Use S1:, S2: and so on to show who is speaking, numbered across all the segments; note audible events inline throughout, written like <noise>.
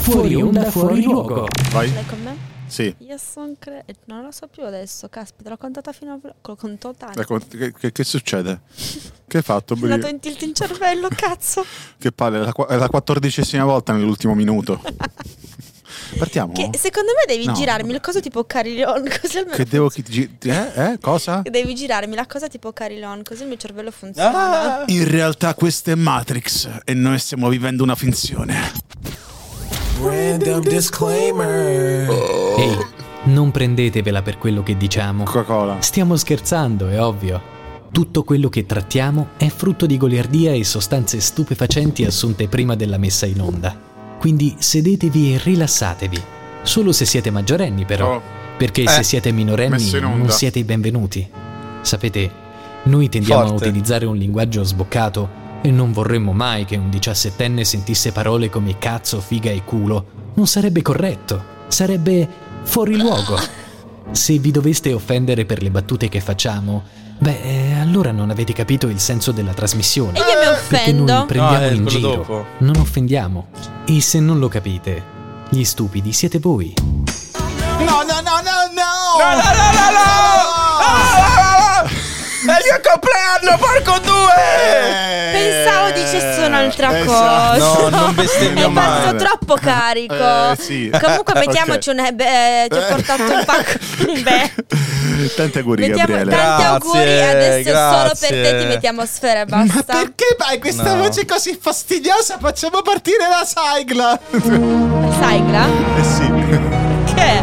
S1: Fuori onda, fuori luogo.
S2: Vai?
S3: Lei con me?
S2: Sì.
S3: Io sono cre... eh, Non lo so più adesso, caspita, l'ho contata fino a... L'ho contata.
S2: Ecco, Che, che- che succede? Che hai fatto?
S3: È andato in tilt in cervello, cazzo.
S2: <laughs> Che palle, è la qua- è la quattordicesima volta nell'ultimo
S3: <laughs>
S2: minuto. Partiamo?
S3: Che secondo me devi
S2: Ecco. No.
S3: girarmi la cosa tipo Carillon, <laughs> così almeno...
S2: Che devo... chi- gi- eh? Eh? Cosa?
S3: che Devi girarmi la cosa tipo Carillon, così il mio cervello funziona.
S2: In realtà questa è Matrix e noi stiamo vivendo una finzione.
S4: Random disclaimer.
S1: Ehi, non prendetevela per quello che diciamo.
S2: Coca-Cola.
S1: Stiamo scherzando, è ovvio. Tutto quello che trattiamo è frutto di goliardia e sostanze stupefacenti assunte prima della messa in onda. Quindi sedetevi e rilassatevi. Solo se siete maggiorenni, però.
S2: Oh.
S1: Perché
S2: Eh,
S1: se siete minorenni
S2: messo in onda.
S1: non siete i benvenuti. Sapete, noi tendiamo
S5: Forte.
S1: a utilizzare un linguaggio sboccato e non vorremmo mai che un diciassettenne sentisse parole come cazzo, figa e culo. Non sarebbe corretto, sarebbe fuori luogo.
S2: <laughs>
S1: Se vi doveste offendere per le battute che facciamo, beh, eh, allora non avete capito il senso della
S2: eh,
S1: trasmissione.
S3: E io mi
S1: Perché
S3: offendo.
S1: noi prendiamo
S5: No, eh,
S1: in
S5: quello
S1: giro,
S5: dopo.
S1: non offendiamo. E se non lo capite, gli stupidi siete voi.
S2: No, no, no, no, no!
S5: No, no, no, no, no! Ah! È il mio compleanno, porco due!
S3: Pensavo dicesse un'altra
S2: eh, Esatto.
S5: No,
S3: cosa. <laughs>
S5: non bestemmia
S3: È
S5: mai.
S3: passato troppo carico.
S2: Eh, sì.
S3: Comunque,
S2: <laughs> Ok.
S3: mettiamoci un. eh, beh, ti ho portato
S2: <laughs>
S3: un pacco. Beh.
S2: Tanti auguri,
S3: Mettiamo
S2: Gabriele.
S3: tanti auguri.
S5: Grazie,
S3: Adesso
S5: grazie.
S3: solo per te ti mettiamo a sfera e
S2: Ma
S3: basta.
S2: perché fai questa
S5: No.
S2: voce così fastidiosa? Facciamo partire la sigla! eh
S3: Saigla?
S2: sì. <laughs>
S3: Che è?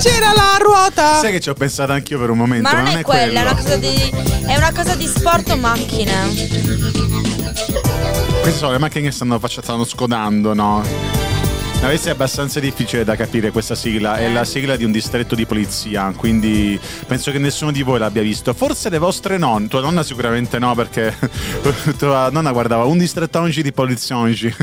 S5: Gira la ruota!
S2: Sai che ci ho pensato anch'io per un momento,
S3: Ma non è quella, è una
S2: quello.
S3: cosa di. È una cosa di sport o macchine.
S2: Queste sono le macchine che stanno, faccia- stanno scodando, no? Ma Questa è abbastanza difficile da capire questa sigla, è
S3: Eh.
S2: la sigla di un distretto di polizia, quindi penso che nessuno di voi l'abbia visto. Forse le vostre nonne, tua nonna sicuramente no, perché <laughs> tua nonna guardava un distrettongi di poliziongi.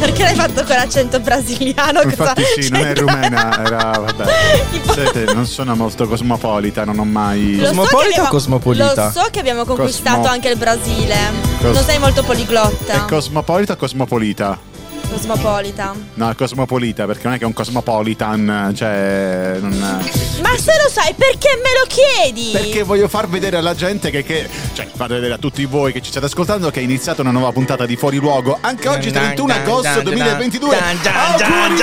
S3: Perché l'hai fatto con accento brasiliano?
S2: Infatti
S3: Cosa
S2: sì, non è
S3: c'entra?
S2: rumena, era vabbè.
S3: <laughs> Tipo-
S2: Siete, non sono molto cosmopolita, non ho mai...
S3: Lo so che
S5: Cosmopolita o
S3: abbiamo-
S5: cosmopolita?
S3: Lo so che abbiamo conquistato
S2: Cosmo-
S3: anche il Brasile.
S2: Cos- Ecco.
S3: non sei molto
S2: È
S3: poliglotta.
S2: cosmopolita o cosmopolita?
S3: cosmopolita.
S2: No, è cosmopolita, perché non è che è un cosmopolitan, cioè... Non
S3: Ma se lo sai, perché me lo chiedi?
S2: Perché voglio far vedere alla gente che, che- cioè far vedere a tutti voi che ci state ascoltando che è iniziata una nuova puntata di Fuori Luogo anche oggi 31 agosto 2022 auguri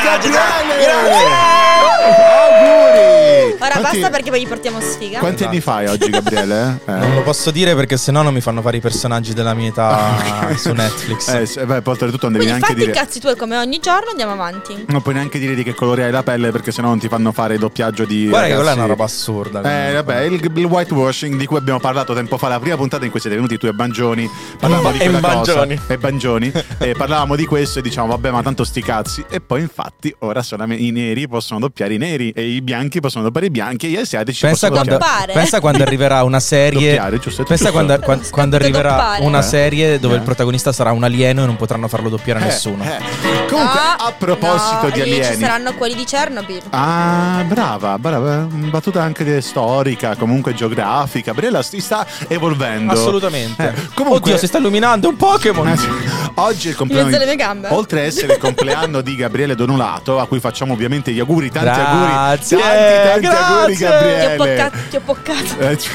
S2: Gabriele auguri
S3: Eh! Ora
S2: Quanti-
S3: basta perché poi gli portiamo sfiga.
S2: quanti anni fai oggi Gabriele? Eh?
S5: Non lo posso dire perché sennò non mi fanno fare i personaggi della mia
S2: <laughs>
S5: età Ah, <laughs> su Netflix.
S2: Ah, eh, se- beh, poi oltretutto non devi
S3: Quindi
S2: neanche
S3: fatti
S2: dire
S3: i cazzi tuoi come ogni giorno, andiamo avanti.
S2: non puoi neanche dire di che colore hai la pelle perché sennò non ti fanno fare il doppiaggio di
S5: Guarda che quella è una
S2: ragazzi-
S5: roba assurda.
S2: Eh, vabbè, il, il whitewashing di cui abbiamo parlato tempo fa, la prima puntata in cui siete venuti tu e Bangioni. Parlavamo di
S5: E
S2: quella
S5: Bangioni.
S2: cosa.
S5: <laughs>
S2: E Bangioni. e parlavamo di questo e diciamo, vabbè, ma tanto sti cazzi. E poi, infatti, ora solamente i neri possono doppiare i neri, e i bianchi possono doppiare i bianchi, e gli asiatici
S5: Pensa
S2: possono
S5: quando,
S2: doppiare.
S3: doppiare.
S5: pensa quando arriverà una serie.
S2: Doppiare, giusto,
S5: Pensa
S2: giusto.
S5: quando, quan-
S3: Sì,
S5: quando arriverà
S3: doppare.
S5: una
S2: Eh.
S5: serie dove
S2: Eh.
S5: il protagonista sarà un alieno e non potranno farlo doppiare a nessuno.
S2: Eh, eh. Comunque,
S3: No,
S2: a proposito
S3: Ah. no,
S2: di
S3: lì Ci
S2: alieni.
S3: saranno quelli di Chernobyl.
S2: Ah, brava, brava, battuta anche storica, comunque geografica. Brella si sta evolvendo.
S5: Assolutamente.
S2: Eh, comunque-
S5: Oddio, si sta illuminando un Pokémon.
S2: Eh, sì. Oggi è il compleanno.
S3: In mezzo alle mie gambe.
S2: Oltre a essere il compleanno di Gabriele Donolato, a cui facciamo ovviamente gli auguri, tanti
S5: Grazie,
S2: auguri. Tanti, tanti auguri,
S5: grazie.
S3: Ti ho
S2: Gabriele.
S3: poccato. Ti ho poccato.
S2: Eh, c-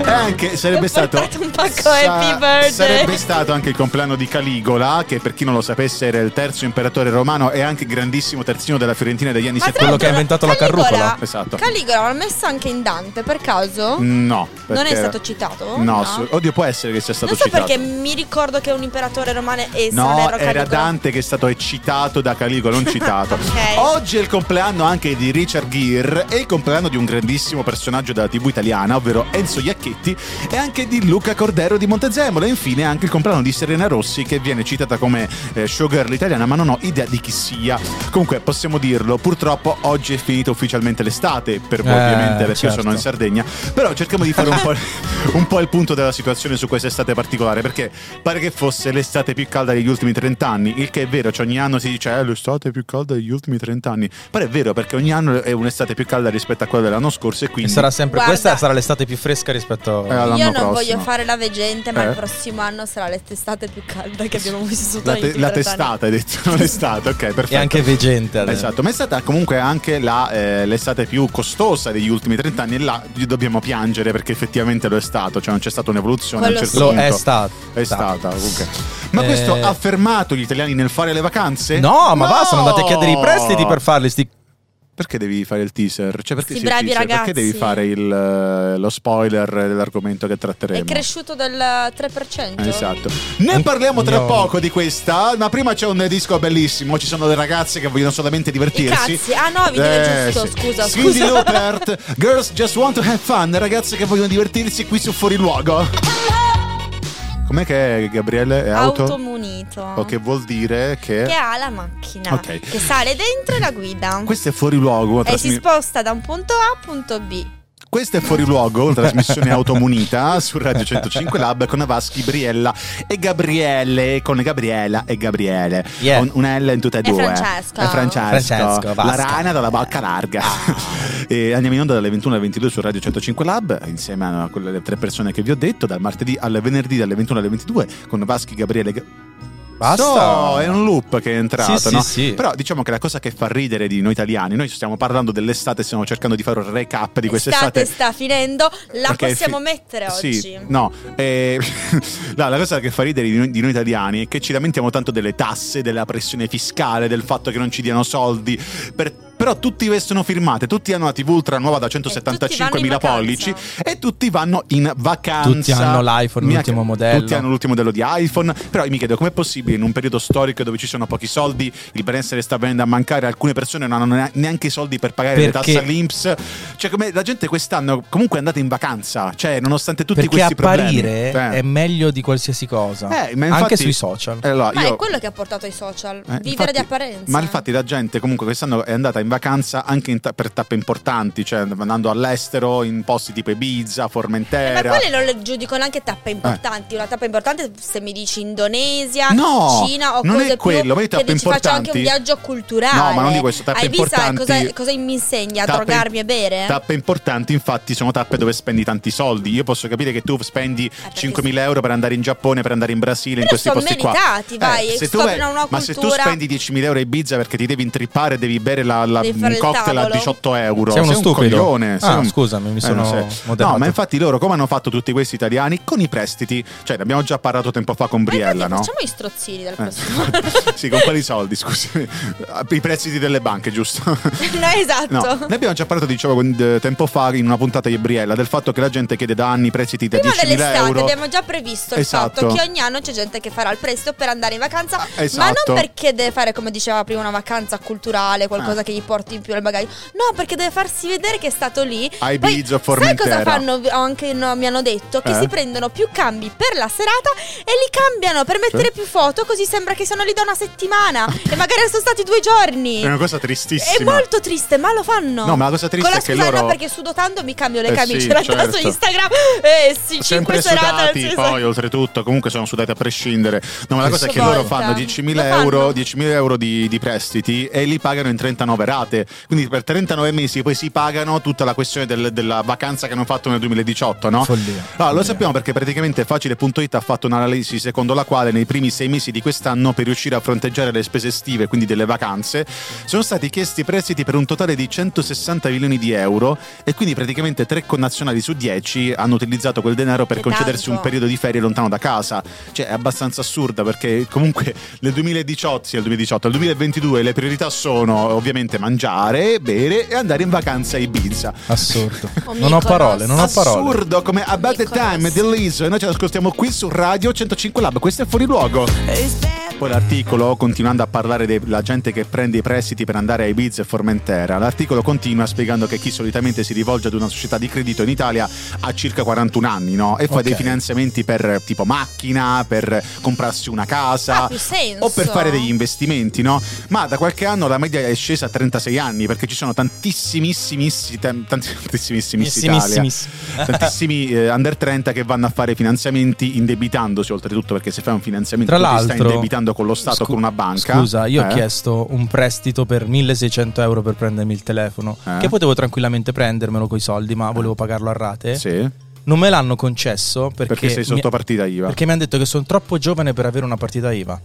S2: E anche sarebbe
S3: Ti ho
S2: stato
S3: portato un pacco Happy Birthday.
S2: sarebbe stato anche il compleanno di Caligola, che per chi non lo sapesse era il terzo imperatore romano e anche grandissimo terzino della Fiorentina degli anni
S3: Ma tra
S2: 70.
S5: quello che ha
S3: l'altro,
S5: inventato la
S3: Caligola-
S5: carrucola.
S2: Esatto.
S3: Caligola l'ha messa anche in Dante per caso?
S2: No,
S3: Non è
S2: perché-
S3: stato citato?
S2: No, su- oddio, può essere che sia stato
S3: non so
S2: citato.
S3: perché mi ricordo che un imperatore romano e non
S2: No,
S3: ero
S2: era
S3: Caligola.
S2: Dante che è stato eccitato da Caligola,
S3: <laughs>
S2: non citato.
S3: Ok.
S2: Oggi è il compleanno anche di Richard Gere e il compleanno di un grandissimo personaggio della TV italiana, ovvero Enzo Iacchetti, Facchetti e anche di Luca Cordero di Montezemolo e infine anche il compleanno di Serena Rossi che viene citata come eh, showgirl italiana ma non ho idea di chi sia. Comunque possiamo dirlo, purtroppo oggi è finita ufficialmente l'estate per voi
S5: Eh,
S2: ovviamente perché io
S5: certo.
S2: sono in Sardegna, però cerchiamo di fare un po', <laughs>
S3: <laughs>
S2: un po' il punto della situazione su questa estate particolare perché pare che fosse l'estate più calda degli ultimi 30 anni, il che è vero, cioè ogni anno si dice "Eh, l'estate più calda degli ultimi 30 anni", però è vero perché ogni anno è un'estate più calda rispetto a quella dell'anno scorso e
S5: E
S2: quindi
S5: sarà sempre,
S3: Guarda.
S5: questa sarà l'estate più fresca rispetto
S2: Eh, allora. l'anno
S3: Io non
S2: prossimo.
S3: voglio fare la veggente, ma
S2: Eh.
S3: il prossimo anno sarà l'estate più calda che abbiamo vissuto
S2: la,
S3: negli
S2: te-
S3: ultimi
S2: la
S3: 30 anni.
S2: testata hai detto, non l'estate, ok, perfetto.
S5: e anche vegente adesso.
S2: Esatto, ma è stata comunque anche la, eh, l'estate più costosa degli ultimi 30 anni e là dobbiamo piangere perché effettivamente lo è stato, cioè non c'è stata un'evoluzione. a un
S3: Quello
S2: certo
S5: Lo
S2: punto.
S5: è stato.
S2: È stata, comunque. Ma
S5: Eh.
S2: questo ha fermato gli italiani nel fare le vacanze?
S5: No, ma va, sono andati a chiedere i prestiti per farli. Sti...
S2: Perché devi fare il teaser? Cioè, perché
S3: Sti
S2: sì, il
S3: bravi
S2: teaser?
S3: ragazzi.
S2: Perché devi fare il, eh, lo spoiler dell'argomento che tratteremo?
S3: È cresciuto del 3%.
S2: Esatto. Ne parliamo tra
S5: No.
S2: poco di questa, ma prima c'è un disco bellissimo. Ci sono le ragazze che vogliono solamente divertirsi. Eh,
S3: I cazzi. Ah, no, vi dico giusto, scusa,
S2: Cindy
S3: scusa.
S2: Lopert, Girls Just Want to Have Fun, ragazze che vogliono divertirsi qui su Fuori Luogo. Com'è che è, Gabriele? È auto?
S3: Automunito.
S2: O che vuol dire che.
S3: Che ha la macchina.
S2: Ok.
S3: Che sale dentro e la guida.
S2: Questo è fuori luogo. una
S3: E si
S2: trasmi-
S3: sposta da un punto A a un punto B.
S2: Questo è Fuori Luogo, una
S3: <laughs>
S2: trasmissione automunita su Radio 105 Lab con Avaschi, Briella e Gabriele, con Gabriela e Gabriele.
S5: Yeah.
S2: Un, una L in tutte e
S3: E
S2: due.
S3: Francesco.
S2: E Francesco.
S5: Francesco, Eh. Ah.
S2: la
S5: basta.
S2: rana dalla bocca larga. <laughs> e andiamo in onda dalle 21 alle 22 su Radio 105 Lab, insieme a quelle tre persone che vi ho detto, dal martedì al venerdì, dalle 21 alle 22, con Vaschi, Gabriele e Ga-
S5: Basta.
S2: No, è un loop che è entrato.
S5: Sì, sì,
S2: no?
S5: sì.
S2: Però diciamo che la cosa che fa ridere di noi italiani, noi stiamo parlando dell'estate, stiamo cercando di fare un recap di quest'estate.
S3: L'estate sta finendo. La
S2: Perché è
S3: possiamo
S2: fi-
S3: mettere oggi.
S2: Sì, no, eh, <laughs> no, la cosa che fa ridere di noi, di noi italiani è che ci lamentiamo tanto delle tasse, della pressione fiscale, del fatto che non ci diano soldi. per- però tutti vestono firmate, tutti hanno la TV ultra nuova da
S3: vanno
S2: 175.000
S3: in
S2: pollici
S3: vacanza.
S2: e tutti vanno in vacanza.
S5: Tutti hanno l'iPhone,
S2: Mi-
S5: l'ultimo modello.
S2: Tutti hanno l'ultimo modello di iPhone. Però io mi chiedo com'è possibile in un periodo storico dove ci sono pochi soldi, il benessere sta venendo a mancare, alcune persone non hanno ne- neanche i soldi per pagare le
S5: Perché-
S2: tasse all'Inps. Cioè, come la gente quest'anno comunque è andata in vacanza, cioè, nonostante tutti
S5: Perché
S2: questi problemi. cioè.
S5: apparire è meglio di qualsiasi cosa.
S2: Eh, ma infatti-
S5: Anche sui social.
S2: Eh, allora,
S3: Ma
S2: io-
S3: è quello che ha portato ai social.
S2: eh,
S3: vivere
S2: infatti-
S3: di apparenza.
S2: Ma infatti la gente comunque quest'anno è andata in vacanza anche in ta- per tappe importanti, cioè andando all'estero in posti tipo Ibiza,
S3: Eh, Ma
S2: Formentera.
S3: quelle non le giudico neanche
S2: Eh.
S3: tappe importanti. Una tappa importante se mi dici Indonesia,
S2: No,
S3: Cina o
S2: non
S3: cose
S2: è quello, ma
S3: più
S2: io tappe
S3: che dici faccio anche
S2: importanti-
S3: un viaggio culturale.
S2: No, ma non di questo, tappe
S3: Hai visto eh,
S2: importanti-
S3: cosa, cosa mi insegna? A
S2: Tappe-
S3: drogarmi e bere?
S2: Tappe importanti, infatti, sono tappe dove spendi tanti soldi. Io posso capire che tu spendi
S3: Eh, perché
S2: 5.000 euro per andare in Giappone, per andare in Brasile, in
S3: Però
S2: questi
S3: sono
S2: posti qua. Eh,
S3: meritati, vai,
S2: se tu
S3: scoprono una
S2: ma se tu
S3: cultura.
S2: spendi 10.000 euro a Ibiza perché ti devi intrippare, devi bere la, la-
S3: Devi fare
S2: un
S3: il
S2: cocktail a
S3: tavolo.
S2: 18 euro.
S5: Sei uno
S2: un
S5: stupido.
S2: coglione.
S5: Ah,
S2: sei un-
S5: scusami, mi
S2: Eh,
S5: sono
S2: non sei-
S5: moderato.
S2: No, ma infatti loro come hanno fatto tutti questi italiani? Con i prestiti. Cioè, ne abbiamo già parlato tempo fa con
S3: Ma infatti
S2: Briella, no?
S3: Facciamo i strozzini dal
S2: Eh.
S3: prossimo
S2: <laughs>
S3: <laughs>
S2: sì, con quali soldi, scusami? I prestiti delle banche, giusto? <laughs>
S3: No,
S2: No,
S3: esatto.
S2: ne abbiamo già parlato, dicevo, con- eh, tempo fa in una puntata di Briella del fatto che la gente chiede da anni prestiti da
S3: Prima
S2: 10.000
S3: dell'estate
S2: euro.
S3: abbiamo già previsto il
S2: Esatto.
S3: fatto che ogni anno c'è gente che farà il prestito per andare in vacanza,
S2: Ah,
S3: ma
S2: esatto.
S3: non perché deve fare, come diceva prima, una vacanza culturale, qualcosa
S2: Ah.
S3: che gli porti in più nel bagaglio. No, perché deve farsi vedere che è stato lì.
S2: A
S3: Poi,
S2: Ibiza o
S3: Sai
S2: Formentera.
S3: cosa fanno? Ho Anche no, mi hanno detto che
S2: Eh?
S3: si prendono più cambi per la serata e li cambiano per mettere più foto, così sembra che sono lì da una
S2: <laughs>
S3: settimana e magari sono stati due giorni.
S2: È una cosa
S3: È
S2: tristissima.
S3: molto triste, ma lo fanno.
S2: No, ma la cosa triste
S3: Con la
S2: è che
S3: scusa,
S2: loro-
S3: no, perché sudotando mi cambio le
S2: Eh
S3: camicie.
S2: sì,
S3: In realtà
S2: certo.
S3: su Instagram, eh sì,
S2: Sempre
S3: 5 serate al
S2: sudati, poi oltretutto, comunque sono sudati a prescindere. No, ma la cosa è che loro
S3: volta.
S2: fanno 10.000
S3: Lo fanno.
S2: euro, 10.000 euro di, di prestiti e li pagano in 39 rate. Quindi per 39 mesi poi si pagano tutta la questione del- della vacanza che hanno fatto nel 2018, no?
S5: Follia.
S2: Allora, Ah, lo
S5: Follia.
S2: sappiamo perché praticamente Facile.it ha fatto un'analisi secondo la quale nei primi sei mesi di quest'anno per riuscire a fronteggiare le spese estive, quindi delle vacanze, sono stati chiesti prestiti per un totale di 160 milioni di euro e quindi praticamente tre connazionali su 10 hanno utilizzato quel denaro per
S3: Che
S2: concedersi
S3: tanto.
S2: un periodo di ferie lontano da casa. Cioè è abbastanza assurda perché comunque nel 2018, sì, nel 2018, nel 2022 le priorità sono ovviamente mangiare, bere e andare in vacanza a Ibiza.
S5: Assurdo.
S3: O
S5: non ho
S3: Mykonos.
S5: parole, non ho parole.
S2: Assurdo come About the
S3: Nicolas.
S2: Time di Liso e noi ce l'ascoltiamo qui su Radio 105 Lab. Questo è fuori luogo.
S4: It's bad
S2: Poi l'articolo, continuando a parlare della gente che prende i prestiti per andare a Ibiza e Formentera, l'articolo continua spiegando che chi solitamente si rivolge ad una società di credito in Italia ha circa 41 anni, no? E fa
S5: Ok.
S2: dei finanziamenti per tipo macchina, per comprarsi una casa
S3: Ha Ah, più senso.
S2: o per fare degli investimenti, no? Ma da qualche anno la media è scesa a 36 anni perché ci sono tantissimissimissimi tem- tanti- tantissimissimissimi Italia, <laughs> tantissimi eh, under 30 che vanno a fare finanziamenti indebitandosi oltretutto perché se fai un finanziamento
S5: Tra
S2: tu ti
S5: l'altro,
S2: stai indebitando con lo Stato
S5: scu-
S2: con una banca.
S5: Scusa, io ho
S2: Eh?
S5: chiesto un prestito per 1600 euro per prendermi il telefono,
S2: Eh?
S5: che potevo tranquillamente prendermelo coi soldi, ma volevo pagarlo a rate.
S2: Sì,
S5: Non me l'hanno concesso perché,
S2: perché sei sotto
S5: mi...
S2: partita IVA.
S5: perché mi hanno detto che sono troppo giovane per avere una partita IVA.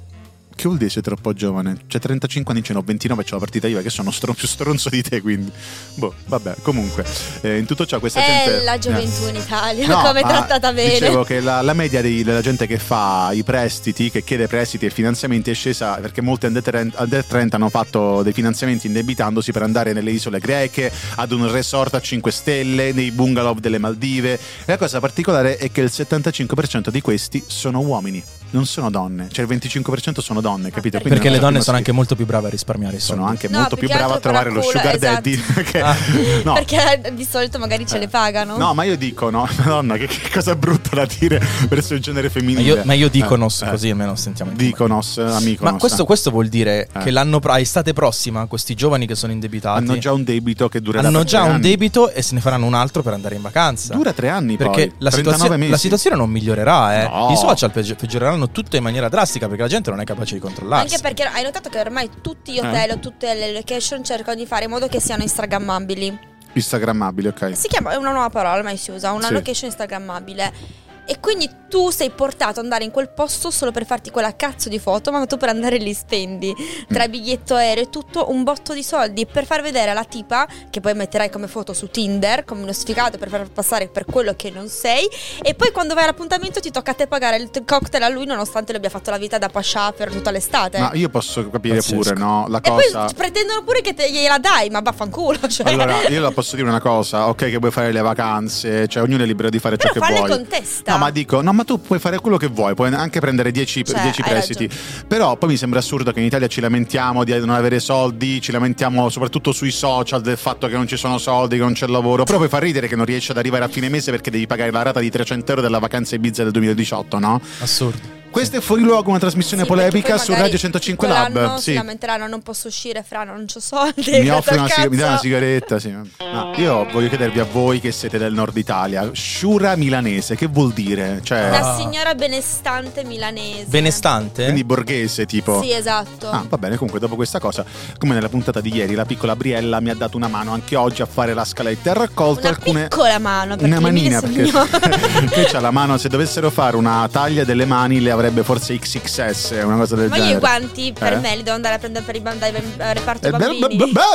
S2: Che vuol dire sei troppo giovane? Cioè 35 anni, ce n'ho 29, c'ho la partita IVA che sono stro- <laughs> più stronzo di te, quindi... Boh, vabbè, comunque. eh, in tutto ciò questa gente...
S3: È la gioventù
S2: Eh.
S3: in Italia,
S2: <laughs> No,
S3: come è
S2: ma
S3: trattata bene.
S2: Dicevo che la, la media dei- della gente che fa i prestiti, che chiede prestiti e finanziamenti è scesa perché molti under 30, under 30 hanno fatto dei finanziamenti indebitandosi per andare nelle isole greche, ad un resort a 5 stelle, nei bungalow delle Maldive. E la cosa particolare è che il 75% di questi sono uomini, non sono donne. Cioè il 25% sono donne, capito? Quindi
S3: perché?
S5: Ah, perché
S2: è
S5: le
S2: una cosa
S5: donne
S2: più
S5: sono anche
S2: maschile.
S5: molto più brave a risparmiare i soldi.
S2: sono anche
S3: No,
S2: molto più
S3: più che
S2: brave a
S3: altro
S2: trovare lo
S3: paraculo,
S2: sugar
S3: esatto.
S2: daddy <laughs> che-
S5: Ah.
S2: no, Eh.
S3: Perché eh, di solito magari ce le pagano.
S2: No, ma io dico no, <laughs> madonna, che, che cosa brutta da dire verso il genere
S5: Ma
S2: femminile.
S5: io, ma io dico
S2: Eh,
S5: nos,
S2: eh.
S5: così almeno sentiamo. il tema.
S2: Diconos, amico.
S5: Ma questo, questo vuol dire
S2: Eh.
S5: che l'anno pro- a estate prossima questi giovani che sono indebitati
S2: hanno già un debito che durerà
S5: hanno
S2: per
S5: già
S2: tre
S5: un
S2: anni.
S5: debito e se ne faranno un altro per andare in vacanza.
S2: Dura tre anni
S5: perché
S2: poi,
S5: la,
S2: 39
S5: situazio-
S2: mesi.
S5: la situazione non migliorerà, eh.
S2: No.
S5: i social peggi- peggioreranno tutto in maniera drastica perché la gente non è capace di controllarsi.
S3: Anche perché hai notato che ormai tutti gli
S2: Eh.
S3: hotel o tutte le location cercano di fare in modo che siano instagrammabili.
S2: Instagrammabile, ok.
S3: Si chiama, è una nuova parola ormai si usa, una
S2: Sì.
S3: location instagrammabile. E quindi tu sei portato ad andare in quel posto solo per farti quella cazzo di foto, ma tu per andare lì spendi
S2: Mm.
S3: tra biglietto aereo e tutto un botto di soldi per far vedere alla tipa che poi metterai come foto su Tinder, come uno sfigato per far passare per quello che non sei e poi quando vai all'appuntamento ti tocca a te pagare il t- cocktail a lui nonostante lui abbia fatto la vita da pascià per tutta l'estate.
S2: Ma io posso capire
S5: Pazzesco.
S2: pure, no? La
S3: E poi
S2: <laughs> cosa.
S3: ci pretendono pure che te gliela dai, ma vaffanculo. <laughs> Cioè.
S2: Allora, io la posso dire una cosa, ok che vuoi fare le vacanze, cioè ognuno è libero di fare ciò
S3: Però
S2: che
S3: falle
S2: vuoi.
S3: con testa.
S2: No, ma dico, no, ma tu puoi fare quello che vuoi, puoi anche prendere 10
S3: Cioè,
S2: 10
S3: hai
S2: prestiti. Però poi mi sembra assurdo che in Italia ci lamentiamo di non avere soldi, ci lamentiamo soprattutto sui social del fatto che non ci sono soldi, che non c'è lavoro. Però puoi far ridere che non riesci ad arrivare a fine mese perché devi pagare la rata di 300 euro della vacanza Ibiza del 2018, no?
S5: Assurdo.
S2: Questa è fuori luogo Cioè, una trasmissione
S3: Sì, perché
S2: polemica
S3: poi
S2: su
S3: magari
S2: Radio 105
S3: quell'anno
S2: Lab.
S3: Si lamenteranno, non posso uscire, fra, non c'ho soldi.
S2: Mi offre una, sig-
S3: cazzo.
S2: mi dai una sigaretta, sì. Ma io voglio chiedervi a voi che siete del nord Italia, sciura milanese, che vuol dire? Cioè,
S5: Ah.
S3: Una signora benestante milanese.
S5: Benestante?
S2: quindi borghese tipo.
S3: Sì, esatto.
S2: Ah, va bene, comunque dopo questa cosa, come nella puntata di ieri, la piccola Briella mi ha dato una mano anche oggi a fare la scaletta e ha raccolto
S3: Una
S2: alcune...
S3: piccola mano, perché
S2: Una manina,
S3: le
S2: perché
S3: mie sognano.
S2: che c'ha la mano, se dovessero fare una taglia delle mani le avrebbe forse XXS, una cosa del
S3: Ma
S2: genere.
S3: io i guanti per
S2: Eh?
S3: me li devo andare a prendere per i bambini dal reparto
S2: Eh,
S3: bambini.
S2: beh,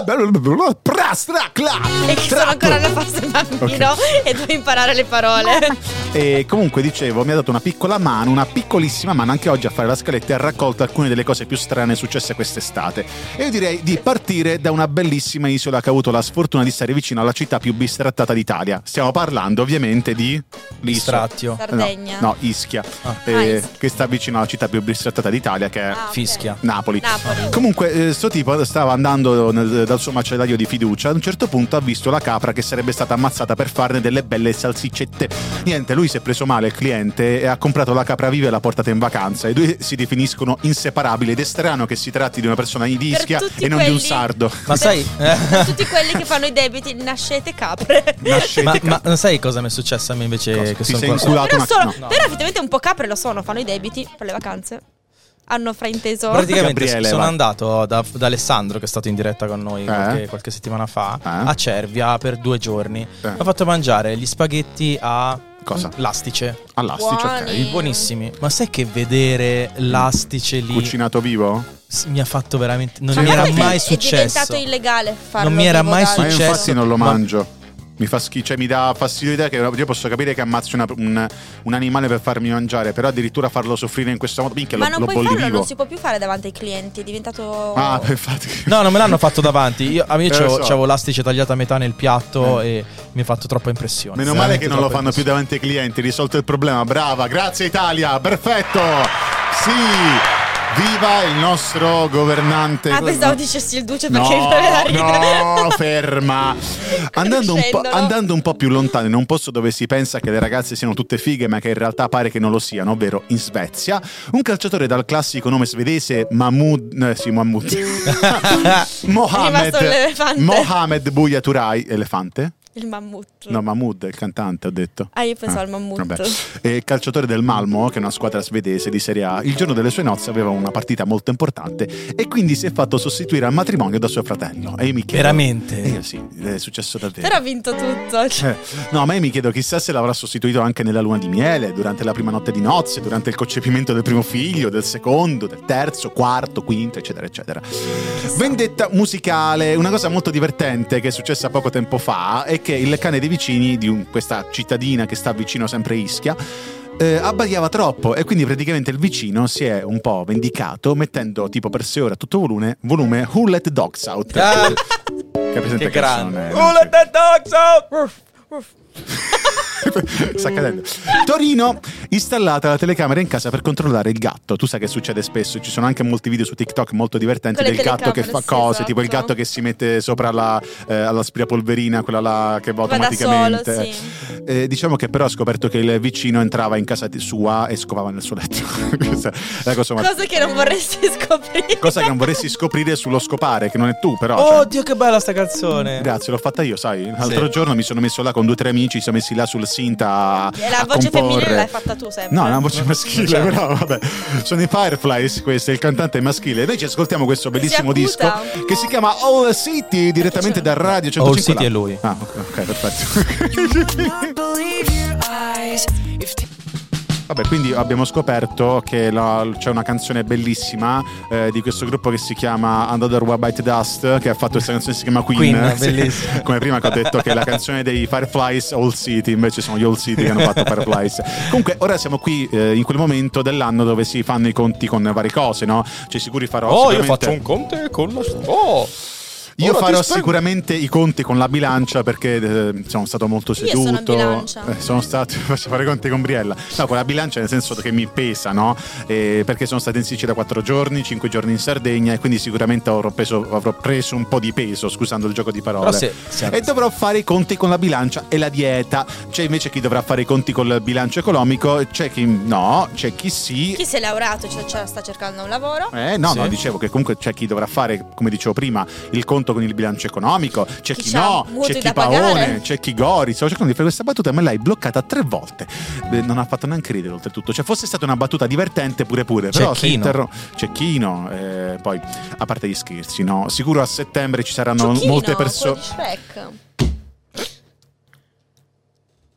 S2: beh, beh, beh, beh, pra, stra, cla,
S3: e che sono
S2: tra,
S3: ancora alla
S2: <laughs>
S3: fase bambino e devo imparare le parole.
S2: E comunque dicevo, mi ha dato una piccola mano, una piccolissima mano anche oggi a fare la scaletta e ha raccolto alcune delle cose più strane successe quest'estate. E io direi di partire da una bellissima isola che ha avuto la sfortuna di stare vicino alla città più bistrattata d'Italia. Stiamo parlando ovviamente di l'isola.
S5: Strattio.
S3: <laughs> Sardegna.
S2: No, no, Ischia,
S5: Ah.
S2: eh,
S3: Ah, Ischia.
S2: che sta vicino alla città più bistrattata d'Italia, che è
S3: Ah, ok.
S5: Fischia.
S2: Napoli.
S3: Napoli.
S2: Comunque, eh, sto tipo stava andando nel- dal suo macellaio di fiducia. A un certo punto ha visto la capra che sarebbe stata ammazzata per farne delle belle salsiccette. Niente, lui si è preso male il cliente e ha comprato la capra viva e l'ha portata in vacanza. I due si definiscono inseparabili ed è strano che si tratti di una persona di
S3: Per
S2: Ischia
S3: tutti
S2: e non di un
S3: quelli-
S2: sardo.
S5: Ma sai, eh,
S3: Per tutti quelli che fanno i debiti, nascete capre.
S2: <laughs> Nascete
S5: ma,
S2: Cioè, ca-
S5: ma sai cosa mi è successo a me invece?
S2: Cosa?
S5: Che
S2: Ti
S5: sono
S2: sei
S5: qua-
S2: inculato? Culato
S3: però,
S2: una-
S3: sono,
S5: no.
S3: però effettivamente un po' capre lo sono, fanno i debiti per le vacanze. Hanno frainteso.
S5: Praticamente
S2: Gabriele,
S5: sono
S2: vai.
S5: andato da, da Alessandro, che è stato in diretta con noi
S2: Eh?
S5: qualche, qualche settimana fa,
S2: Eh?
S5: a Cervia per due giorni.
S2: Eh.
S5: Mi ha fatto mangiare gli spaghetti a
S2: Cosa? Eh?
S5: l'astice.
S2: All'astice,
S3: Buoni.
S2: ok.
S3: Mm.
S5: Buonissimi. Ma sai che vedere l'astice lì
S2: Cucinato vivo?
S5: s- mi ha fatto veramente. Non
S3: Ma
S5: mi era
S3: magari
S5: mai
S3: è
S5: successo.
S3: diventato illegale farlo.
S5: Non mi era
S3: vivo
S5: mai
S3: da-
S2: Ma io
S5: successo.
S2: Eh, infatti non lo
S5: certo. Ma-
S2: mangio. Mi fa schifo, cioè mi dà fastidio l'idea che io posso capire che ammazzi una- un, un animale per farmi mangiare, però addirittura farlo soffrire in questo modo, minchia,
S3: Ma
S2: lo,
S3: non
S2: lo
S3: puoi
S2: bolli
S3: farlo,
S2: vivo.
S3: non si può più fare davanti ai clienti, è diventato...
S2: Ah, infatti.
S5: No, non me l'hanno fatto davanti. Io, a me
S2: Eh,
S5: c'ho-
S2: lo so. Eh.
S5: c'avevo l'astice tagliata a metà nel piatto e mi ha fatto troppa impressione.
S2: Meno male
S5: Veramente
S2: che non lo
S5: troppa
S2: fanno più
S5: impressione.
S2: davanti ai clienti, risolto il problema. Brava, grazie Italia, perfetto. Sì. Viva il nostro governante.
S3: Ah, pensavo dicessi il duce perché <laughs> mi faceva ridere.
S2: No, no, ferma. Andando un, po',
S3: Conoscendolo.
S2: andando un po' più lontano, in un posto dove si pensa che le ragazze siano tutte fighe, ma che in realtà pare che non lo siano, ovvero in Svezia, un calciatore dal classico nome svedese Mahmoud. eh, sì, Mahmoud.
S3: <laughs> rimasto
S2: Mohamed.
S3: l'elefante.
S2: Mohamed Bouiaturai. Elefante?
S3: Il mammut.
S2: No, Mahmoud, il cantante, ho detto.
S3: Ah, io pensavo Mm. al mammut.
S2: vabbè. E il calciatore del Malmo, che è una squadra svedese di Serie A, il giorno delle sue nozze aveva una partita molto importante e quindi si è fatto sostituire al matrimonio da suo fratello. E io mi chiedo,
S5: Veramente?
S2: Eh, sì, è successo davvero.
S3: Però ha vinto tutto. cioè,
S2: Eh, No, ma io mi chiedo chissà se l'avrà sostituito anche nella luna di miele, durante la prima notte di nozze, durante il concepimento del primo figlio, del secondo, del terzo, quarto, quinto, eccetera, eccetera. Vendetta musicale, una cosa molto divertente che è successa poco tempo fa è che il cane dei vicini di un- questa cittadina che sta vicino sempre a Ischia eh, abbaiava troppo e quindi praticamente il vicino si è un po' vendicato mettendo tipo per sé ora a tutto volume, volume Who Let the Dogs Out.
S5: Ah,
S2: Capite
S5: che grande.
S2: canzone?
S5: Rule the dogs oh, out!
S3: Mm.
S2: Sta cadendo. Torino, installata la telecamera in casa per controllare il gatto. Tu sai che succede spesso, ci sono anche molti video su TikTok molto divertenti
S3: Con le
S2: del gatto che fa
S3: telecamere, sì,
S2: cose, tipo il
S3: esatto.
S2: gatto che si mette sopra la, eh, all'aspirapolverina, quella là che va
S3: Va da solo,
S2: automaticamente.
S3: sì.
S2: Eh, diciamo che però ha scoperto che il vicino entrava in casa di- sua e scopava nel suo letto. <laughs> Questa è la cosa, ma-
S3: Cosa che
S2: <laughs>
S3: non vorresti scoprire.
S2: cosa che non
S3: <laughs>
S2: vorresti scoprire sullo scopare, che non è tu però. cioè.
S5: Oddio, che bella sta canzone!
S2: Grazie, l'ho fatta io, sai. L'altro giorno mi sono messo là con due o tre amici, ci siamo messi là sul Sinta.
S3: E la
S2: a
S3: voce
S2: comporre.
S3: femminile l'hai fatta tu sempre.
S2: No, è una <laughs> voce maschile, Cioè, però vabbè. Sono i Fireflies, questo è il cantante maschile. Noi ci ascoltiamo questo bellissimo
S3: Si
S2: disco
S3: acuta.
S2: che si chiama All City, direttamente da Radio 105.
S5: All City è lui.
S2: Ah, ok, ok, perfetto. Vabbè, quindi abbiamo scoperto che la- c'è una canzone bellissima eh, di questo gruppo che si chiama Another One Bite Dust, che ha fatto questa canzone che si chiama Queen.
S5: Queen,
S2: <laughs> Sì.
S5: bellissima.
S2: Come prima che ho detto che la canzone dei Fireflies Old City, invece sono gli Old City che hanno fatto Fireflies. Comunque, ora siamo qui eh, in quel momento dell'anno dove si fanno i conti con varie cose, no? Cioè, sicuri farò
S5: Oh, io
S2: sicuramente-
S5: faccio un conte con la Oh!
S2: io
S5: Ora ti
S2: farò
S5: spiego.
S2: sicuramente i conti con la bilancia perché eh, sono stato molto
S3: Io sono
S2: seduto.
S3: in bilancia.
S2: Eh, sono stato <laughs> faccio fare i conti con Briella. No, con la bilancia nel senso che mi pesa, no? Eh, perché sono stato in Sicilia quattro giorni, cinque giorni in Sardegna e quindi sicuramente avrò, peso- avrò preso un po' di peso, scusando il gioco di parole.
S5: Però se- eh, se-
S2: e dovrò fare i conti con la bilancia e la dieta. C'è invece chi dovrà fare i conti col bilancio economico, c'è chi no, c'è chi sì
S3: Chi si è laureato cioè, cioè, sta cercando un lavoro?
S2: eh, no,
S5: Sì.
S2: no, dicevo che comunque c'è chi dovrà fare, come dicevo prima, il conto con il bilancio economico, c'è
S3: Chi
S2: chi,
S3: c'ha
S2: no,
S3: mutui
S2: c'è chi
S3: da
S2: Paone,
S3: pagare.
S2: c'è chi Gori. Stavo cercando di fare questa battuta, ma l'hai bloccata tre volte. Beh, non ha fatto neanche ridere, oltretutto. Cioè, fosse stata una battuta divertente pure pure.
S5: C'è
S2: Però se
S5: Chino.
S2: interro- c'è Chino, eh, poi, a parte gli scherzi, no? Sicuro a settembre ci saranno
S3: Ciuchino,
S2: molte
S3: quello
S2: persone.
S3: di Shrek.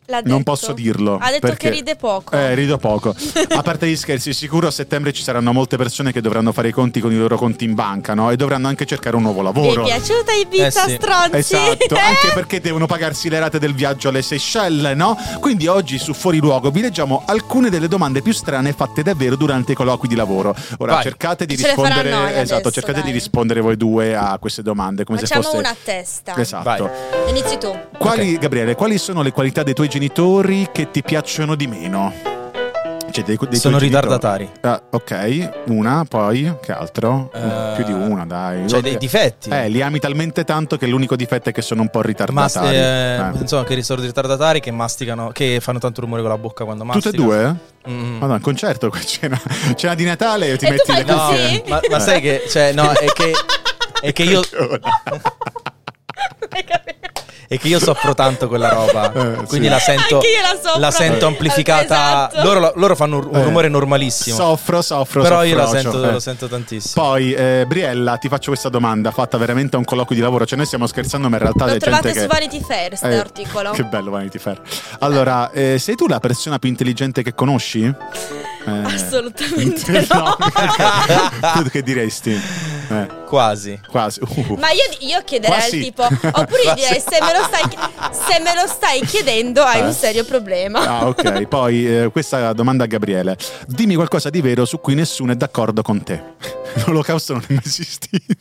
S3: L'ha
S2: Non
S3: detto.
S2: posso dirlo.
S3: Ha detto
S2: perché-
S3: che ride poco.
S2: Eh, rido poco. A parte gli scherzi, sicuro a settembre ci saranno molte persone che dovranno fare i conti con i loro conti in banca, no? E dovranno anche cercare un nuovo
S3: Mi è
S2: lavoro.
S3: piaciuta Ibiza,
S5: Eh sì.
S3: stronzi.
S2: Esatto,
S3: Eh?
S2: anche perché devono pagarsi le rate del viaggio alle Seychelles, no? Quindi oggi su Fuori Luogo vi leggiamo alcune delle domande più strane fatte davvero durante i colloqui di lavoro. Ora
S5: Vai.
S2: cercate di
S3: Ce le farà
S2: rispondere
S3: noi adesso,
S2: Esatto, cercate
S3: dai.
S2: di rispondere voi due a queste domande come
S3: Facciamo
S2: se fosse
S3: una a testa.
S2: Esatto.
S5: Vai.
S3: <laughs> Inizi tu.
S2: Quali, Gabriele, quali sono le qualità dei tuoi genitori che ti piacciono di meno? Cioè, dei- dei tuoi
S5: Sono
S2: genitori.
S5: ritardatari.
S2: Ah, ok, una, poi che altro?
S5: Eh,
S2: Più di una, dai.
S5: Cioè,
S2: Ok.
S5: dei difetti.
S2: Eh, li ami talmente tanto che l'unico difetto è che sono un po'
S5: Ma
S2: ritardatari.
S5: eh,
S2: Eh.
S5: insomma, che risordi ritardatari che masticano, che fanno tanto rumore con la bocca quando
S2: Tutte e
S5: masticano.
S2: due?
S5: Mm.
S2: Madonna, un concerto, qua, cena, <laughs> cena di Natale e ti
S3: E tu
S2: metti
S3: fai
S2: le
S3: così?
S2: cuffie.
S3: Sì.
S5: Ma, ma sai che, cioè, no, è che, è che io, è che io soffro tanto quella roba.
S2: <laughs> Eh, sì.
S5: Quindi la sento,
S3: Anche io la soffro.
S5: sento
S3: Eh.
S5: amplificata.
S3: Esatto.
S5: Loro, la- loro fanno un, <laughs> un
S2: Eh.
S5: rumore normalissimo.
S2: Soffro, soffro,
S5: però io la
S2: soffrocio,
S5: sento,
S2: eh.
S5: lo sento tantissimo.
S2: Poi, eh, Briella, ti faccio questa domanda fatta veramente a un colloquio di lavoro. Cioè, noi stiamo scherzando, ma in realtà
S3: Lo
S2: c'è
S3: trovate
S2: gente
S3: su
S2: che...
S3: Vanity Fair, questo
S2: Eh,
S3: articolo.
S2: Che bello Vanity Fair. Allora, eh, sei tu la persona più intelligente che conosci? Eh, <laughs>
S3: Assolutamente no.
S5: <laughs>
S2: tu che diresti? Eh,
S5: Quasi.
S2: quasi. Uh.
S3: Ma io, io chiederei
S2: Quasi.
S3: al tipo, oppure io direi se me, lo stai, se me lo stai chiedendo hai un serio problema.
S2: Ah, ok. Poi eh, questa domanda a Gabriele. Dimmi qualcosa di vero su cui nessuno è d'accordo con te. <laughs> L'olocausto non è mai esistito.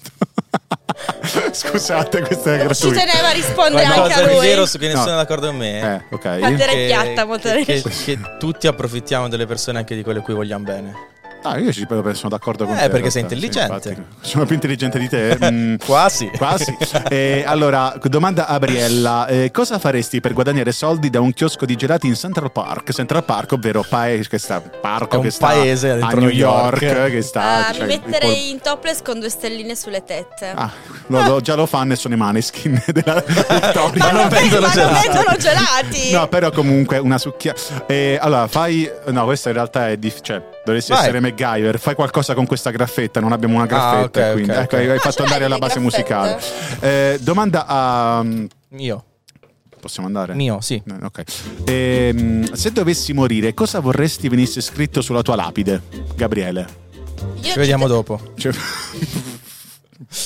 S2: <laughs> Scusate, questa è
S3: Ci
S2: gratuita.
S3: teneva a rispondere anche
S5: Qualcosa
S3: a
S5: di
S3: lui.
S5: vero su che nessuno
S2: No.
S5: è d'accordo con me.
S2: Eh, ok.
S3: Quante-
S5: Che-
S3: Piatta, molto
S5: che,
S3: bene.
S5: che- che tutti approfittiamo delle persone anche di quelle a cui vogliamo bene.
S2: Ah, io ci però sono d'accordo con
S5: Eh,
S2: te. in
S5: perché sei
S2: realtà, sì,
S5: intelligente.
S2: infatti. sono più intelligente
S5: <laughs>
S2: di te. mm.
S5: Quasi. <laughs>
S2: Quasi. Eh, allora, domanda a Briella: Eh, cosa faresti per guadagnare soldi da un chiosco di gelati in Central Park? Central Park, ovvero paese che sta, parco
S5: È un
S2: che sta
S5: paese
S2: a
S5: dentro
S2: New
S5: New York.
S2: York, che sta.
S3: Ah,
S2: cioè,
S3: mi metterei in topless con due stelline sulle tette.
S2: Ah, lo- lo- già lo fanno e sono i maneskin <laughs>
S5: <laughs>
S2: della del Tory.
S5: Ma non vendono
S3: ma non
S5: gelati.
S3: vendono gelati.
S2: No, però comunque una succhia. Eh, allora, fai. No, questa in realtà è difficile. Cioè, dovresti
S5: Vai.
S2: essere MacGyver. Fai qualcosa con questa graffetta. Non abbiamo una graffetta.
S5: ok,
S2: quindi
S5: ok,
S2: ecco,
S5: ok.
S2: hai- hai
S3: Ah, ce
S2: fatto andare
S3: l'hai
S2: alla
S3: le
S2: base
S3: graffette?
S2: musicale. Eh, domanda a.
S5: Mio.
S2: Possiamo andare?
S5: Mio, sì.
S2: Eh, Ok. Ehm, se dovessi morire, cosa vorresti venisse scritto sulla tua lapide, Gabriele?
S3: Io
S5: Ci vediamo dopo.
S2: Cioè- <laughs>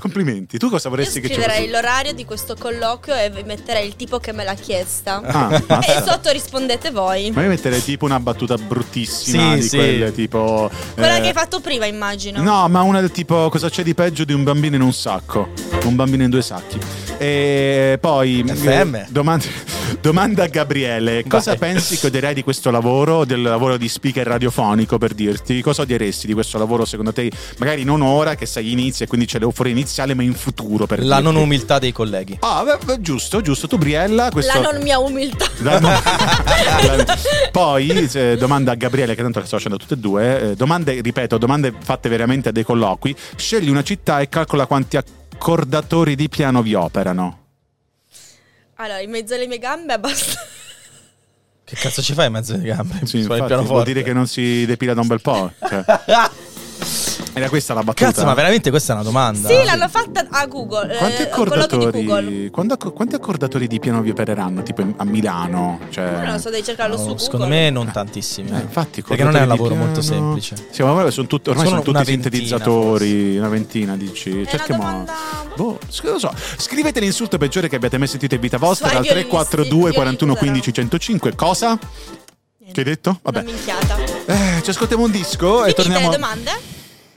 S2: Complimenti. Tu cosa
S3: Io
S2: vorresti che ci
S3: scriverei l'orario di questo colloquio e metterei il tipo che me l'ha chiesta. <laughs>
S2: Ah, Eh.
S3: e
S2: mazza.
S3: sotto rispondete voi.
S2: Ma io metterei tipo una battuta bruttissima
S5: Sì,
S2: di
S5: sì.
S2: quelle tipo.
S3: Quella
S2: eh,
S3: che hai fatto prima, immagino.
S2: No, ma una del tipo cosa c'è di peggio di un bambino in un sacco? Un bambino in due sacchi. E poi
S5: FM.
S2: eh, domanda, domanda a Gabriele, cosa
S5: Vai.
S2: pensi che odierai di questo lavoro, del lavoro di speaker radiofonico per dirti? Cosa odieresti di questo lavoro secondo te? Magari non ora che sai gli inizi e quindi c'è l'euforia iniziale, ma in futuro per
S5: La
S2: dirti.
S5: non um- umiltà dei colleghi.
S2: Ah, beh, beh, giusto, giusto, tu Briella, questo
S3: La non mia umiltà.
S2: la- la- <laughs> Poi se- domanda a Gabriele, che tanto le sto facendo tutte e due. eh, domande, ripeto, domande fatte veramente a dei colloqui. Scegli una città e calcola quanti accordatori di piano vi operano.
S3: <laughs> Allora, in mezzo alle mie gambe basta.
S5: Che cazzo ci fai in mezzo alle gambe? Suoni il
S2: Sì, infatti, vuol
S5: pianoforte.
S2: dire che non si depila da un bel po'. cioè.
S5: Ah,
S2: Era questa la
S5: <laughs>
S2: battuta.
S5: cazzo, ma veramente questa è una domanda.
S3: Sì, l'hanno fatta a Google.
S2: Quanti
S3: eh, un colloquio di Google.
S2: accordatori, quando acco- quanti accordatori di piano vi opereranno? Tipo in- a Milano? Cioè...
S3: Io non lo so, devi cercarlo
S5: No,
S3: su Google.
S5: secondo me non tantissimi.
S2: Eh, infatti,
S5: perché non è un lavoro
S2: accordatori di
S5: molto
S2: piano-
S5: semplice.
S2: Sì, ma ormai sono, tut- ormai
S5: Sono
S2: sono tutti
S5: una ventina,
S2: sintetizzatori, una ventina, dici.
S3: È una
S2: Cerchiamo.
S3: domanda...
S2: Boh, s- non lo so. Scrivete l'insulto peggiore che abbiate mai sentito in vita vostra
S3: Su ai
S2: al
S3: violinisti,
S2: 342 41 15
S3: violini
S2: 105. Cosa? Che hai detto?
S3: Una
S2: Vabbè.
S3: minchiata.
S2: Eh, ci ascoltiamo un disco e
S3: Finite
S2: torniamo.
S3: le domande?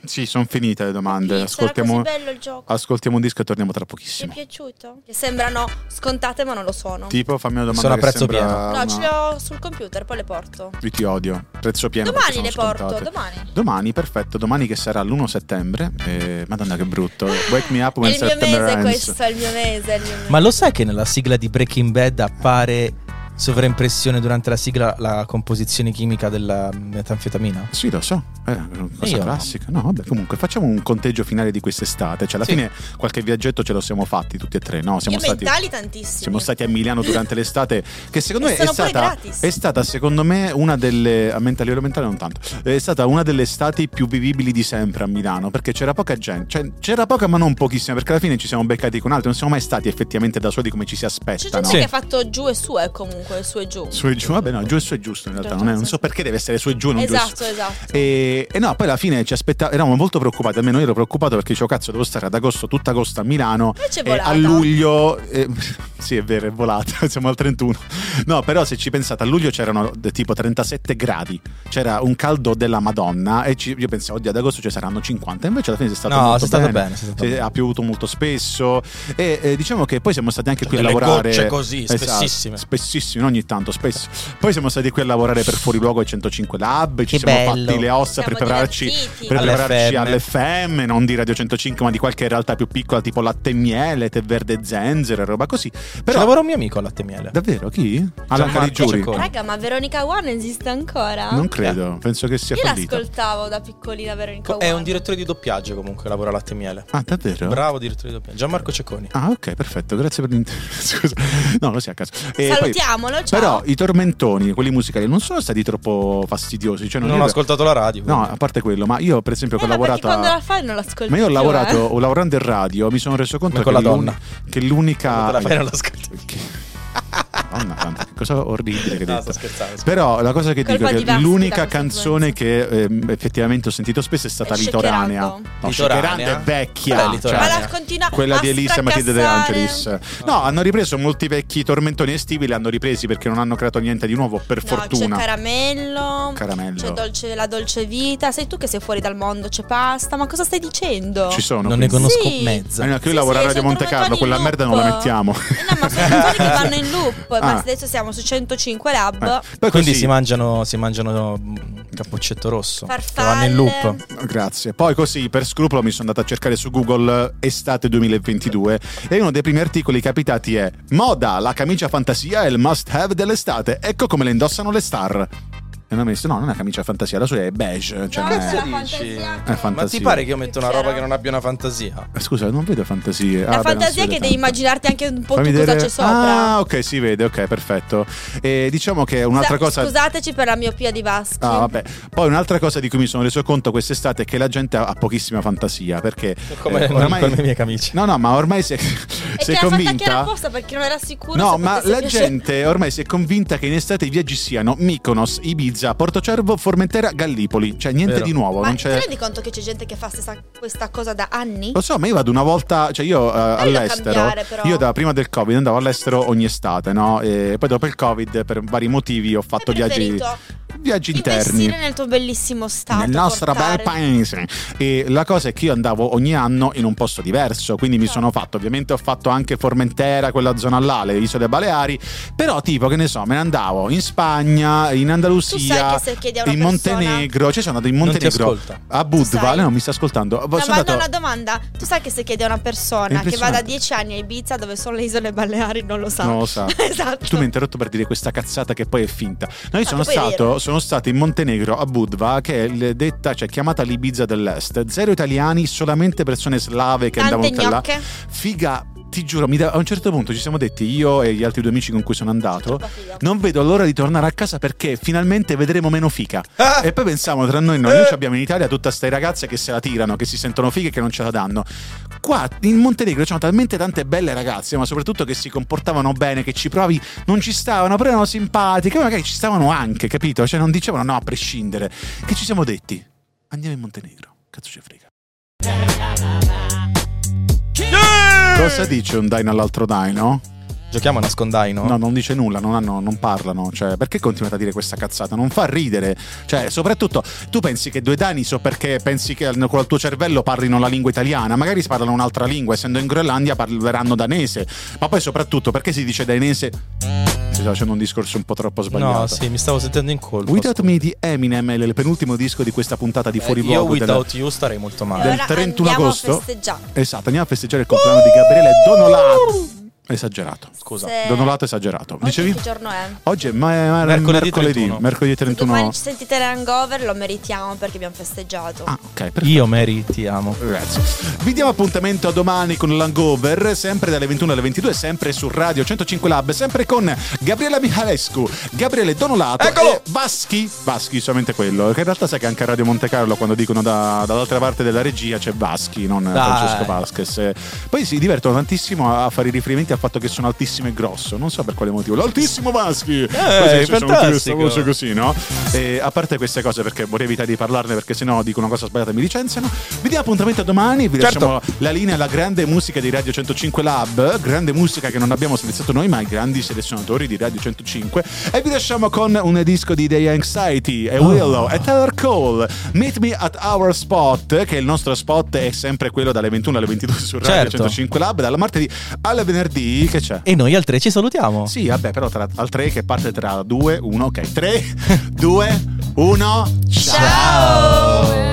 S2: Sì, sono finite le domande.
S3: Sì, Sarà
S2: Ascoltiamo,
S3: così bello il gioco.
S2: ascoltiamo un disco e torniamo tra
S3: Ti è
S2: pochissimo.
S3: piaciuto? Che sembrano scontate ma non lo sono.
S2: Tipo, fammi una domanda.
S5: Sono a
S2: che
S5: prezzo
S2: sembra
S5: pieno.
S3: no,
S2: una-
S3: ce le ho sul computer, poi le porto.
S2: Io ti odio. Prezzo pieno. perché
S3: Domani
S2: sono
S3: le porto,
S2: scontate.
S3: domani.
S2: Domani, perfetto. Domani che sarà l'1 settembre. Eh, Madonna, che brutto. Wake me up
S3: È
S2: when
S3: il mio
S2: September
S3: mese
S2: ends.
S3: questo, è il mio mese, è il mio mese.
S5: Ma lo sai che nella sigla di Breaking Bad appare sovraimpressione durante la sigla la composizione chimica della metanfetamina?
S2: Sì, lo so, è una cosa
S5: Io no.
S2: classica. No, vabbè, comunque facciamo un conteggio finale di quest'estate. Cioè, alla
S5: Sì.
S2: fine qualche viaggetto ce lo siamo fatti tutti e tre, no? Siamo
S3: Io
S2: stati.
S3: mentali tantissimi.
S2: Siamo stati a Milano durante l'estate, che secondo
S3: E
S2: me è
S3: sono pure
S2: stata,
S3: gratis.
S2: è stata, secondo me, una delle. A mentale, mentale non tanto. È stata una delle estati più vivibili di sempre a Milano. Perché c'era poca gente. Cioè, c'era poca, ma non pochissima, perché alla fine ci siamo beccati con altri. Non siamo mai stati effettivamente da soli come ci si
S3: Cioè, C'è
S2: aspetta,
S3: gente
S2: no?
S5: Sì.
S3: che ha fatto giù e su, eh, comunque, su e giù.
S2: Su e giù, vabbè, no, giù e su è giusto in realtà. Non, è- non so perché deve essere su e giù e non giù e su.
S3: esatto, esatto.
S2: E, e no, poi alla fine ci aspettavamo, eravamo molto preoccupati, almeno io ero preoccupato perché dicevo cazzo devo stare ad agosto, tutta agosto a Milano,
S3: Invece è
S2: e
S3: volata.
S2: a luglio, eh, <laughs> sì è vero è volata, <laughs> siamo al 31, no però se ci pensate a luglio c'erano de- tipo 37 gradi, c'era un caldo della madonna e ci- io pensavo oddio ad agosto ci saranno 50, invece alla fine è stato
S5: No,
S2: molto
S5: sei stato
S2: bene.
S5: bene, sei stato
S2: Sì, ah,
S5: bene.
S2: ha piovuto molto spesso e eh, diciamo che poi siamo stati anche qui a
S5: Delle
S2: lavorare Esatto,
S5: gocce così, spessissime.
S2: spessissime ogni tanto spesso poi siamo stati qui a lavorare per fuori luogo ai 105 lab
S5: Che
S2: ci siamo
S5: bello.
S2: fatti le ossa per
S3: Siamo
S2: prepararci
S3: divertiti.
S2: per
S5: All'FM.
S2: prepararci all'FM, non di Radio 105, ma di qualche realtà più piccola, tipo latte e miele, tè verde e zenzero e roba così.
S5: Però
S2: Però
S5: lavora un mio amico a latte e miele.
S2: davvero chi? Alan
S5: Gianmarco
S2: Caligiuri?
S5: Giacomo.
S3: Raga, ma Veronica One esiste ancora?
S2: Non credo, penso che sia
S3: Ah, Io
S2: fallita.
S3: l'ascoltavo da piccolina Veronica
S5: Ecco, È
S3: One.
S5: un direttore di doppiaggio comunque, che lavora a latte e miele.
S2: Ah, davvero?
S5: Bravo direttore di doppiaggio. Gianmarco Cecconi.
S2: Ah, ok, perfetto, grazie per l'intervento. <laughs> Scusa, no, lo sia a caso. E Eh, poi-
S3: Salutiamolo, ciao. Eh,
S2: però i tormentoni, quelli musicali, non sono stati troppo fastidiosi. Cioè, non
S5: Non ho
S2: io-
S5: ascoltato la radio.
S2: No,
S5: quindi.
S2: a parte quello, ma io, per esempio,
S3: Eh,
S2: che ho
S3: ma perché
S2: lavorato. a-
S3: quando la fai non l'ascolti
S2: Ma io ho
S3: più,
S2: lavorato,
S3: eh.
S2: ho lavorando in radio, mi sono reso conto
S5: Come con
S2: che,
S5: la
S2: l'un-
S5: donna.
S2: che l'unica.
S5: Te la fai non
S2: <laughs>
S5: l'ascolti.
S2: Che- <laughs> Madonna, santa, che cosa orribile che hai
S5: No,
S2: detto.
S5: sto scherzando. scusa.
S2: Però la cosa che
S3: Colpa
S2: dico è
S3: di
S2: che
S3: Vasco,
S2: l'unica
S3: dai,
S2: canzone che ehm, effettivamente ho sentito spesso è stata
S3: È
S2: Litoranea.
S3: Shakerando.
S2: No,
S5: Litoranea?
S2: Shakerando è vecchia.
S5: Vabbè, Litoranea.
S3: Ma
S2: cioè,
S3: la continua
S2: quella
S3: a
S2: di Elisa e Matilde De
S3: fracassare.
S2: Angelis. No, hanno ripreso molti vecchi tormentoni estivi, li hanno ripresi perché non hanno creato niente di nuovo, per
S3: No,
S2: fortuna.
S3: c'è caramello,
S2: Caramello.
S3: c'è dolce- la dolce vita. Sei tu che sei fuori dal mondo, c'è pasta. Ma cosa stai dicendo?
S2: Ci sono.
S5: Non ne
S2: quindi.
S5: conosco
S3: Sì.
S5: mezza.
S2: Eh, no, che io
S3: Sì,
S2: lavoro a
S3: sì,
S2: Radio
S3: sono
S2: Monte Carlo,
S3: tormentoni
S2: quella
S3: in
S2: merda non
S3: loop.
S2: la mettiamo.
S3: Eh no, ma
S2: <laughs>
S3: sono canzoni che vanno in loop.
S2: Ah.
S3: Ma adesso siamo su 105 lab.
S2: Ah, poi
S5: Quindi
S2: così-
S5: si mangiano, si mangiano mm, Cappuccetto rosso. Che va
S3: Farfalle.
S5: nel loop.
S2: Grazie. Poi così, per scrupolo, mi sono andato a cercare su Google eh, estate 2022 e uno dei primi articoli capitati è Moda, la camicia fantasia è il must have dell'estate. Ecco come le indossano le star. E mi ha messo, no, non è una camicia fantasia, la sua è beige. Cioè, Eh,
S3: No,
S2: non
S3: questa
S2: è...
S3: è la
S5: dici?
S3: fantasia.
S2: È fantasia.
S5: Ma ti pare che io metto una roba che non abbia una fantasia?
S2: Eh, Scusa, non vedo fantasie.
S3: La fantasia è che devi immaginarti anche un po' tu cosa c'è sopra.
S2: Ah, ok, si vede, ok, perfetto. E diciamo che un'altra
S3: Scusa-
S2: cosa.
S3: Scusateci per la miopia di Vasco.
S2: Ah, vabbè. Poi un'altra cosa di cui mi sono reso conto quest'estate è che la gente ha, ha pochissima fantasia. Perché
S5: Come,
S2: eh,
S5: come le mie camici.
S2: No, no, ma ormai si è,
S3: E
S2: si è
S3: te l'ha fatta anche
S2: convinta.
S3: apposta perché non era sicuro.
S2: No,
S3: se
S2: ma
S3: potesse
S2: la
S3: piacere.
S2: gente ormai si è convinta che in estate i viaggi siano Mykonos, Ibiza, Portocervo, Formentera, Gallipoli. Cioè, niente
S5: Vero.
S2: di nuovo.
S3: Ma
S2: non
S3: ti
S2: c'è...
S3: rendi conto che c'è gente che fa stessa- questa cosa da anni?
S2: Lo so, ma io vado una volta, cioè io eh, all'estero,
S3: cambiare, però.
S2: io da prima del Covid andavo all'estero ogni estate, no? E poi dopo il Covid per vari motivi ho fatto
S3: Hai
S2: viaggi,
S3: preferito
S2: viaggi interni.
S3: Investire nel tuo bellissimo stato.
S2: Nel nostro bel
S3: portare-
S2: paese. E la cosa è che io andavo ogni anno in un posto diverso, quindi mi sono fatto, ovviamente ho fatto anche Formentera, quella zona là, le isole Baleari, però tipo che ne so, me ne andavo in Spagna, in
S3: Tu sai
S2: Andalusia,
S3: che se chiedi a una
S2: in
S3: persona-
S2: Montenegro, cioè sono andato in
S5: Non ti
S2: Montenegro,
S5: ascolta.
S2: a
S3: sai?
S2: Budva, no, mi sta ascoltando, Boh, sono
S3: No, ma no,
S2: andato...
S3: una domanda. Tu sai che se chiedi a una persona che va da
S2: impressionante.
S3: 10 anni a Ibiza, dove sono le isole Baleari, non lo sa.
S2: Non lo sa.
S3: <laughs> esatto.
S2: Tu mi hai interrotto per dire questa cazzata che poi è finta. No, io
S3: No,
S2: sono
S3: Ah, che poi è
S2: stato,
S3: vero.
S2: sono stato in Montenegro a Budva, che è il- detta, cioè chiamata l'Ibiza dell'Est. Zero italiani, solamente persone slave che
S3: Tante
S2: andavano da là.
S3: gnocche.
S2: Figa, ti giuro, mi da- a un certo punto ci siamo detti io e gli altri due amici con cui sono andato. Non vedo l'ora di tornare a casa perché finalmente vedremo meno fica.
S5: Ah!
S2: E poi pensavamo tra noi, noi, noi ci abbiamo in Italia tutta ste ragazze che se la tirano, che si sentono fighe e che non ce la danno. Qua in Montenegro c'erano talmente tante belle ragazze, ma soprattutto che si comportavano bene, che ci provi, non ci stavano, però erano simpatiche, magari ci stavano anche, capito? Cioè non dicevano no a prescindere. Che ci siamo detti? Andiamo in Montenegro. Cazzo ci frega. Cosa dice un dino all'altro dino?
S5: Giochiamo a nascondaino?
S2: No, non dice nulla, non, hanno- non parlano. Cioè, perché continuate a dire questa cazzata? Non fa ridere. Cioè, soprattutto, tu pensi che due dani so perché pensi che al- col tuo cervello parlino la lingua italiana, magari si parlano un'altra lingua, essendo in Groenlandia parleranno danese. Ma poi soprattutto, perché si dice danese? Si sta facendo un discorso un po' troppo sbagliato.
S5: No, sì, mi stavo sentendo in colpo.
S2: Without Me di Eminem è il penultimo disco di questa puntata di
S5: Eh,
S2: Fuori
S5: Io
S2: Luogo della-
S5: without you starei molto
S3: E
S5: male.
S2: del
S3: allora
S2: 31
S3: andiamo
S2: agosto.
S3: a festeggiare.
S2: Esatto, andiamo a festeggiare il compleanno di Gabriele
S5: Uh!
S2: Donolato. Esagerato.
S5: Scusa.
S3: Se-
S2: Donolato esagerato.
S3: Eh, Oggi
S2: Dicevi?
S3: Che giorno è?
S2: Oggi è ma- ma- mercoledì,
S5: Mercoledì
S2: mercoledì 31.
S5: 31.
S3: Domani ci sentite l'hangover, lo meritiamo perché abbiamo festeggiato.
S2: Ah, ok, perfetto.
S5: Io Mary ti amo.
S2: Grazie. Vi diamo appuntamento a domani con l'Hangover, sempre dalle 21 alle 22, sempre su Radio 105 Lab, sempre con Gabriela Michalescu, Gabriele Donolato
S5: Eccolo!
S2: e Vaschi. Vaschi, solamente quello. Che in realtà sai che anche a Radio Monte Carlo, quando dicono da- dall'altra parte della regia, c'è Vaschi, non
S5: Dai.
S2: Francesco Vasquez. Eh, Poi si divertono tantissimo a fare i riferimenti al fatto che sono altissimo e grosso. Non so per quale motivo. L'altissimo Vaschi! Così, cioè, sono tutti questa
S5: Eh, fantastico.
S2: voce così, no? E a parte queste cose, perché vorrei evitare di parlarne, perché sennò dico una cosa sbagliata e mi licenziano. Vi diamo appuntamento a domani. Vi
S5: Certo.
S2: lasciamo la linea alla grande musica di Radio 105 Lab. Grande musica che non abbiamo selezionato noi, ma i grandi selezionatori di Radio 105. E vi lasciamo con un disco di Day Anxiety
S5: Ah.
S2: e Willow e Taylor Cole. Meet me at our spot, che il nostro spot è sempre quello dalle 21 alle 22 su Radio
S5: Certo.
S2: 105 Lab, dalla martedì al venerdì. Che c'è?
S5: E noi al 3 ci salutiamo.
S2: Sì, vabbè, però tra, al 3 che parte <laughs> tra 2, 1, ok. 3, 2, 1, ciao!
S5: Oh,
S3: Ciao!
S5: eh.